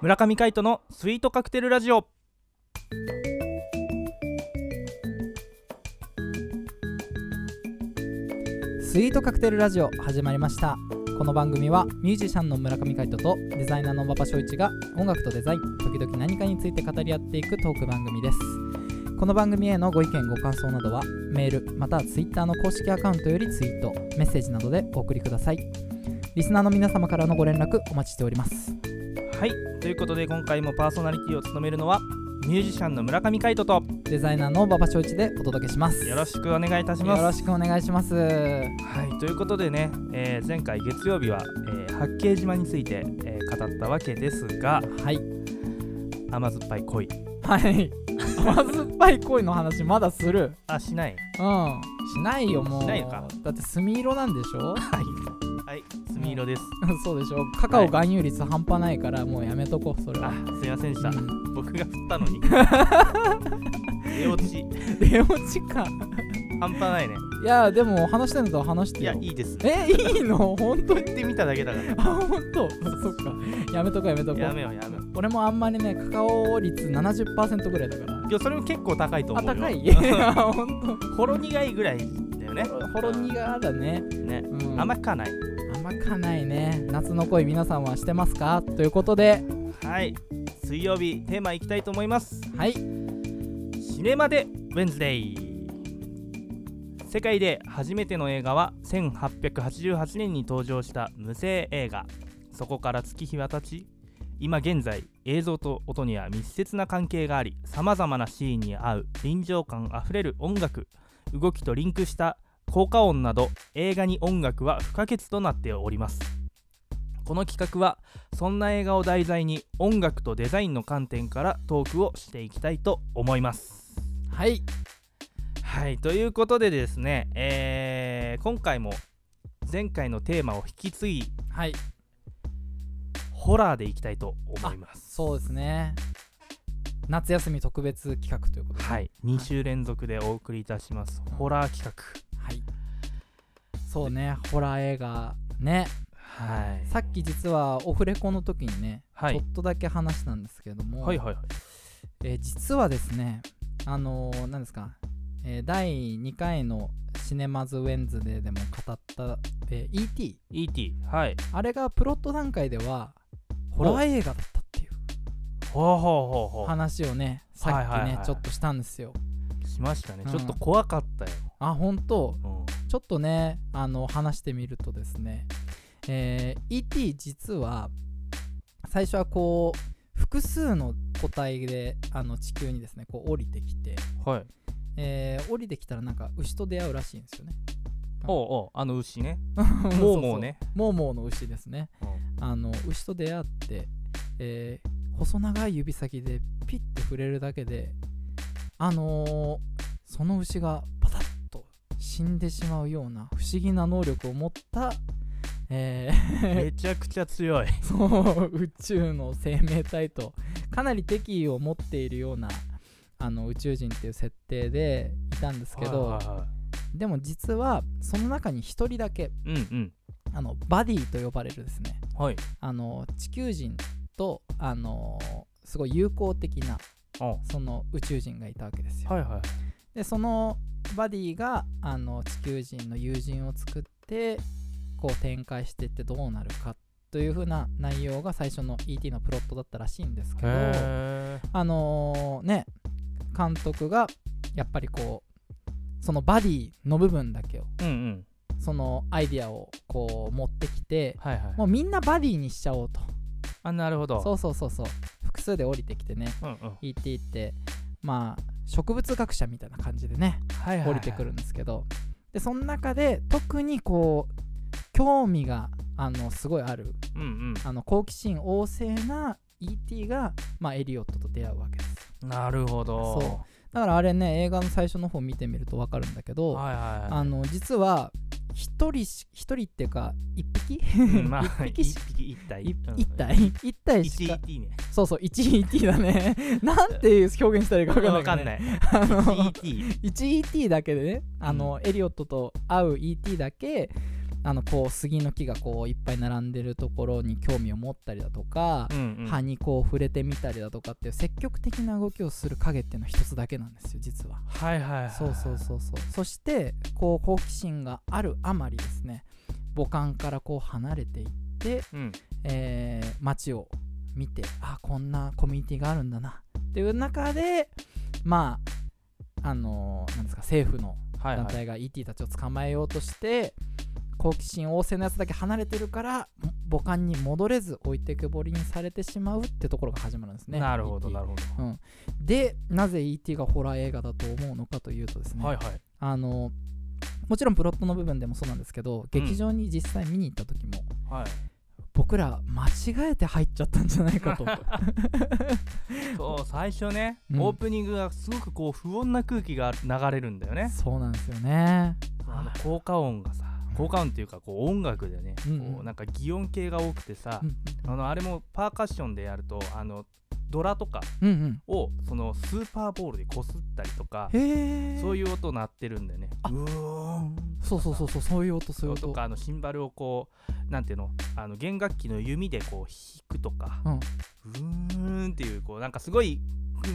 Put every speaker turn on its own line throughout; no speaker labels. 村上海人のスイートカクテルラジオ
スイートカクテルラジオ始まりましたこの番組はミュージシャンの村上海人とデザイナーの馬場翔一が音楽とデザイン時々何かについて語り合っていくトーク番組ですこの番組へのご意見ご感想などはメールまたはツイッターの公式アカウントよりツイートメッセージなどでお送りくださいリスナーの皆様からのご連絡お待ちしております
はいということで今回もパーソナリティを務めるのはミュージシャンの村上海人と
デザイナーの馬場翔一でお届けします
よろしくお願いいたします
よろしくお願いします
はいということでね、えー前回月曜日は、えー八景島について、えー語ったわけですが
はい
甘酸っぱい恋
はい甘酸っぱい恋の話まだする
あしない
うんしないよもう
しないのか
だって墨色なんでしょ
はいはい墨色です、
そうでしょカカオ含有率半端ないからもうやめとこうそれは、
あすいませんでした、
うん
僕が振ったのに出落ち
出落ちか
半端ないね
いやでも話したいのとは話して
いや
よ
いいです
えいいの本当
振
に
ってみただけだから
あ本当 そっかやめとこうやめとこ
や
う
めようやめよう
俺もあんまりねカカオ率70%ぐらいだから
いやそれも結構高いと
あ
思うよ
高 い い
うん
や本
ほろ苦いぐらいだよね
当ほろ苦だね、
ね
うん、
甘くはない
甘かないね夏の恋皆さんはしてますかということで
はい水曜日テーマいきたいと思います
はい
シネマでウェンズデイ世界で初めての映画は1888年に登場した無声映画そこから月日は経ち今現在映像と音には密接な関係がありさまざまなシーンに合う臨場感あふれる音楽動きとリンクした効果音など映画に音楽は不可欠となっておりますこの企画はそんな映画を題材に音楽とデザインの観点からトークをしていきたいと思います。
はい
はいということでですね、えー今回も前回のテーマを引き継ぎ
はい
ホラーでいきたいと思います。
そうですね夏休み特別企画ということで
はい、2週連続でお送りいたしますホラー企画。
はいそうねホラー映画ね
はい、
さっき実はオフレコの時にね、
はい
ちょっとだけ話したんですけれども、
はいはいはい
えー実はですねあのー何ですか、えー第2回のシネマズ・ウェンズデーでも語った、えー ET
E.T. はい。
あれがプロット段階ではホラー映画だったっていう
ほうほうほうほ
話をねさっき
は
ね、
いはいはい
ちょっとしたんですよ
う。しましたね。
うん
ちょっと怖かったよ。
あ本当
うん
ちょっとねあの話してみるとですね、えー ET 実は最初はこう複数の個体であの地球にですねこう降りてきて、
はい。
えー降りてきたらなんか牛と出会うらしいんですよ ね。
おうおうあの牛 ね。
そうそう
もうもうね。
モーモーの牛ですね
うん
あの牛と出会って、えー細長い指先でピッて触れるだけであのーその牛がパタッと死んでしまうような不思議な能力を持った、え
めちゃくちゃ強い。
ー そう宇宙の生命体とかなり敵意を持っているようなあの宇宙人っていう設定でいたんですけど、
はいはいは
でも実はその中に1人だけ
いうん
あのバディと呼ばれるですね
うん。はい。
あの地球人とあのすごい友好的な
うんは
その宇宙人がいたわけですよ。
いはい。
でそのバディがあの地球人の友人を作ってこう展開していってどうなるかというふうな内容が最初の ET のプロットだったらしいんですけど
へ
あのね監督がやっぱりこうそのバディの部分だけを
え。うんうん。
そのアイディアをこう持ってきて
はいはい。
もうみんなバディにしちゃおうと。
あなるほど。
そうそうそうそう複数で降りてきてね
うんうん。はい
ET ってまあ植物学者みたいな感じでね
はいはい
降りてくるんですけど、でその中で特にこう興味があのすごいある
うん
あの好奇心旺盛な ET が、まあ、エリオットと出会うわけですよ
うん。なるほど。
そだからあれね映画の最初の方見てみると分かるんだけど、
はいはいはい。
あの実は一人し一人っていうか一匹
うんまあ、
一
一
匹し
匹一体。
い
うん
一。体一体し
一
か
ET ね。
そうそう 1ET だねなんていう表現したらいい
わ
か分
か
か
ん
ん
な
ない
い。
けどね、あの
ET。
1ET だけでねあの、エリオットと会う ET だけあのこう杉の木がこういっぱい並んでるところに興味を持ったりだとか、
うんうん
葉にこう触れてみたりだとかっていう積極的な動きをする影っていうのは一つだけなんですよ実は。
はいはいはい
そうそうそうそうそしてこう好奇心があるあまりですね母艦からこう離れていって、
うん
えー街を見てあこんなコミュニティがあるんだなっていう中でまああのーなんですか政府の
はい
団
はい
体が ET たちを捕まえようとして、好奇心旺盛なやつだけ離れてるから母艦に戻れず置いてけぼりにされてしまうってところが始まるんですね
なるほど
ET
なるほど
うん、でなぜ ET がホラー映画だと思うのかというとですね、
はいはい
あのもちろんプロットの部分でもそうなんですけど、劇場に実際見に行った時も
はい
僕ら間違えて入っちゃったんじゃない かと
そう最初ね、
うん
オープニングがすごくこう不穏な空気が流れるんだよね
そうなんですよね
あの効果音がさ効果音っていうかこう音楽でね、
うん
こうなんか擬音系が多くてさ、
うん
あのあれもパーカッションでやるとあのドラとか
うん
をそのスーパーボールでこすったりとか
うんへえ
そう
う
いう音鳴ってるんだよね
あ
うーん
そうそうそうそうそういう音そういう音
とかあのシンバルをこうなんていうのあの弦楽器の弓でこう弾くとか、
うん
うーんっていうこうなんかすごい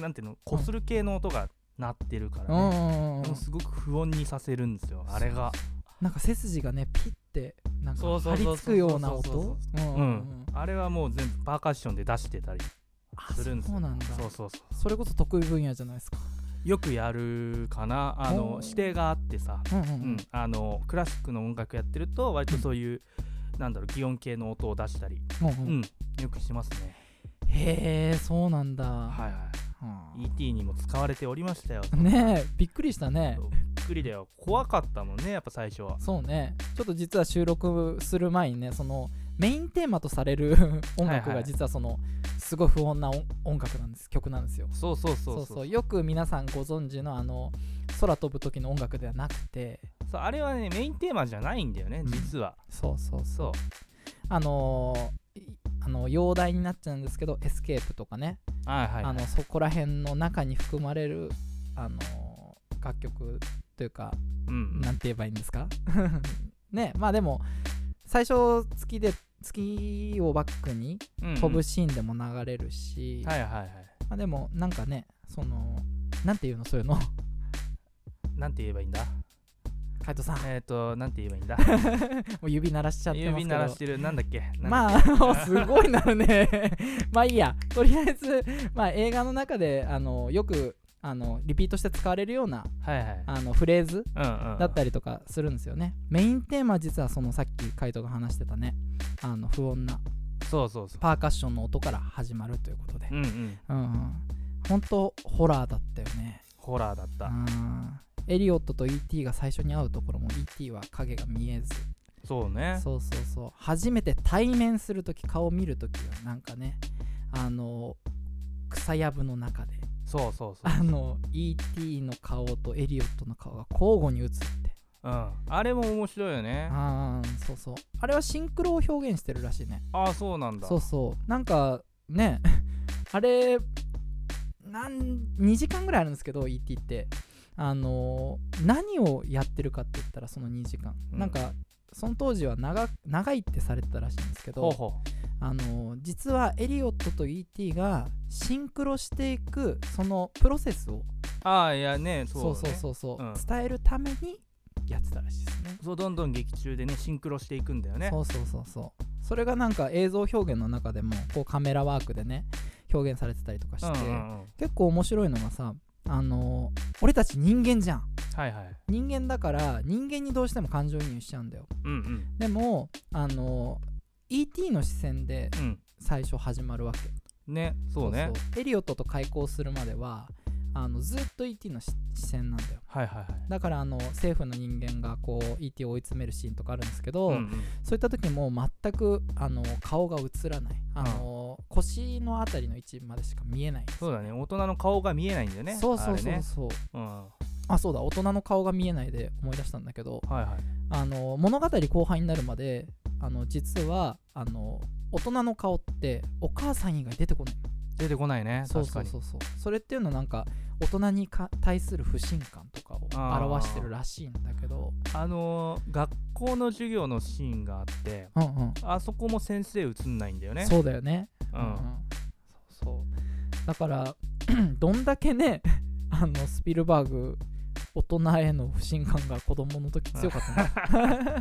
なんていうのこする系の音が鳴ってるから
うんう
ね、
んうんうん
もうすごく不穏にさせるんですよあれが
なんか背筋がねピッてなんか
そうそ
張
う
り
そう
付くような
そうそうそう
音うんうんうん
あれはもう全部パーカッションで出してたり
あ
するんですよ
そうなんだ
そうそうそ
それこそ得意分野じゃないですか
うよくやるかなあの
おー
指定があってさ、
うんうんう
うんん、あのクラシックの音楽やってると割とそういう、なんだろう擬音系の音を出したり、
うん
う
う
ん、
ん
よくしますね
へえそうなんだ
はいは
うん
い ET にも使われておりました よ
ねえびっくりしたね
そうびっくりだよ怖かったもんねやっぱ最初は
そうねちょっと実は収録する前にねそのメインテーマとされる 音
はい
楽
は
が
い
実はその、すごい不穏な音音楽なんです曲なんですよ
そうそうそうそうそう
よく皆さんご存知のあの空飛ぶ時の音楽ではなくて
あれはねメインテーマじゃないんだよね
うん
実は、
そうそうそ
そう
うあのーいあの容題になっちゃうんですけどエスケープとかね、
はいはい、はい、
あのそこら辺の中に含まれる、あのー楽曲というか
うん
なんて言えばいいんですか ねまあでも最初月で月をバックに
うん
飛ぶシーンでも流れるし、
はいはいはい
まあ、でもなんかねそのなんていうのそういうの
なんて言えばいいんだ
海藤さんも
えっ、となんて言えばいいんだ
う指鳴らしちゃってますけ
指
ど
鳴らしてるなんだっけなんだっ
まあすごいなるね まあいいやとりあえず、まあ、映画の中であのよくあのリピートして使われるような
けはいはい
あのフレーズ
うんうん
だったりとかするんですよね、メインテーマは実はそのさっき海藤が話してたねあの不穏な
そうそうそう
パーカッションの音から始まるということで、
うんうん
うんうん、本当ホラーだったよね
ホラーだった、
うんエリオットと ET が最初に会うところも ET は影が見えず
そうね
そうそうそう初めて対面する時顔見る時はなんかねあの草やぶの中で
そうそうそう
あの ET の顔とエリオットの顔が交互に映って
うんあれも面白いよね
ああそうそうあれはシンクロを表現してるらしいね
ああそうなんだ
そうそうなんかね あれなん2時間ぐらいあるんですけど ET ってあのー何をやってるかって言ったらその2時間、
うん
なんかその当時は長長いってされてたらしいんですけど
ほうほ
あのー実はエリオットと ET がシンクロしていくそのプロセスを
うああいやねそう
そう,、
ね
そうそうそう
うん
伝えるためにやってたらしいですね
そうどんどん劇中でねシンクロしていくんだよね
そうそうそうそうそれがなんか映像表現の中でもこうカメラワークでね表現されてたりとかして、
うんうんうん、
結構面白いのがさあのー俺たち人間じゃん
はいはい
人間だから人間にどうしても感情移入しちゃうんだよ
うんうん
でもあのー ET の視線で
うん
最初始まるわけ
ねそうね
そうエリオットと開口するまではあのずっと ET の視視線なんだよ
はいはいはい
だからあの政府の人間がこう ET を追い詰めるシーンとかあるんですけど、
うんうん
そういった時も全くあの顔が映らないあの、腰のあたりの位置までしか見えないんです
そうだね大人の顔が見えないんだよね
そうそう
あれ
そう
ね
そう
うんは
あそうだ大人の顔が見えないで思い出したんだけど
いはい
あの物語後半になるまであの実はあの大人の顔ってお母さん以外出てこない
出てこないね
そう
確
そ
か
う
に
そうそうそれっていうのはなんか大人にか対する不信感とかを
うんあー
表してるらしいんだけど
あのー学校の授業のシーンがあって
うんうん
あそこも先生映んないんだよね
そうだよね
う
うんうん
ん、
そうそうだから どんだけね あのスピルバーグ大人への不信感が子供の時強かった な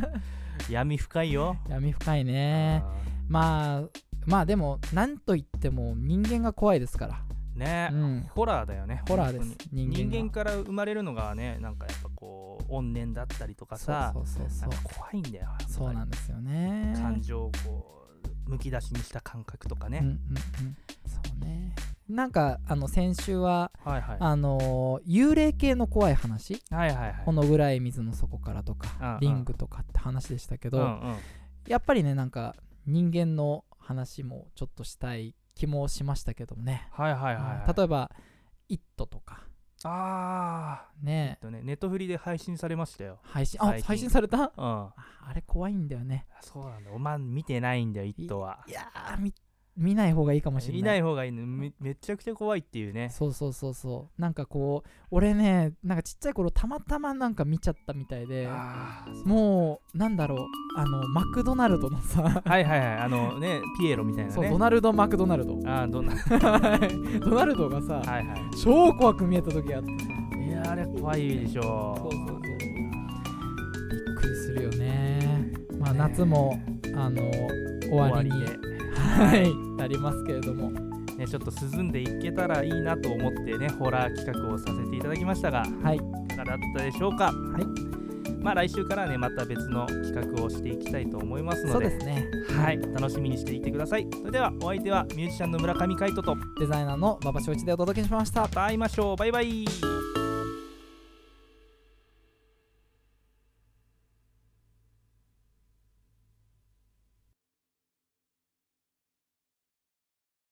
闇深いよ、
闇深いね
あ
まあまあでもなんといっても人間が怖いですか
ーね
ら、うん、
ホラーだよね
ホラーで
本
す
当
人間
に人間
が
から生まれるのがねなんかやっぱこう怨念だったりとかさ
そうそう
な
そうそう
んか怖いんだよやっぱり
そうなんですよね
感情をこうむき出しにした感覚とか
うんう
ね、
んうん、そうねなんかあの先週は、
はいはい
あのー幽霊系の怖い話
はいはいはい
このぐらい水の底からと
うんうん
かリングとかって話でしたけど、
うんうん
やっぱりねなんか人間の話もちょっとしたい気もしましたけどもね、
はいはいはいはい、
例えば「イット!」とか
ああ
ね
とねネットフリで配信されましたよ
配信あ
最近
配信された
うんあ
ああれ怖いんだよね
そうなんだお前見てないんだよ「イット!」はい
やーみ見ない方がいいかもしれない
見ない方がいいのめめちゃくちゃ怖いっていうね
そうそうそうそうなんかこう俺ねなんかちっちゃい頃たまたまなんか見ちゃったみたいで
あー
もうなんだろうあのマクドナル ドのさ、
はいはいはいあのね ピエロみたいな
そうド
ね
ナルド・マクドナルド
あーどんな
ドナルドがさ、
はいはい
超怖く見えた時があってさ
いやーあれ怖いでしょ
そうそうそうびっくりするよねまあ夏もあの終
終
わ
わ
り
り
に
で、
はいなりますけれども
ね、ちょっと涼んでいけたらいいなと思ってねホラー企画をさせていただきましたが
はい
いかがだったでしょうかはいまあ来週からねまた別の企画をしていきたいと思います
そ
の
う
で
ですね
はい楽しみにしていてくださいそれではお相手はミュージシャンの村上海人とま
デザイナーの馬場翔一でお届けしました
た会いましょうバイバイ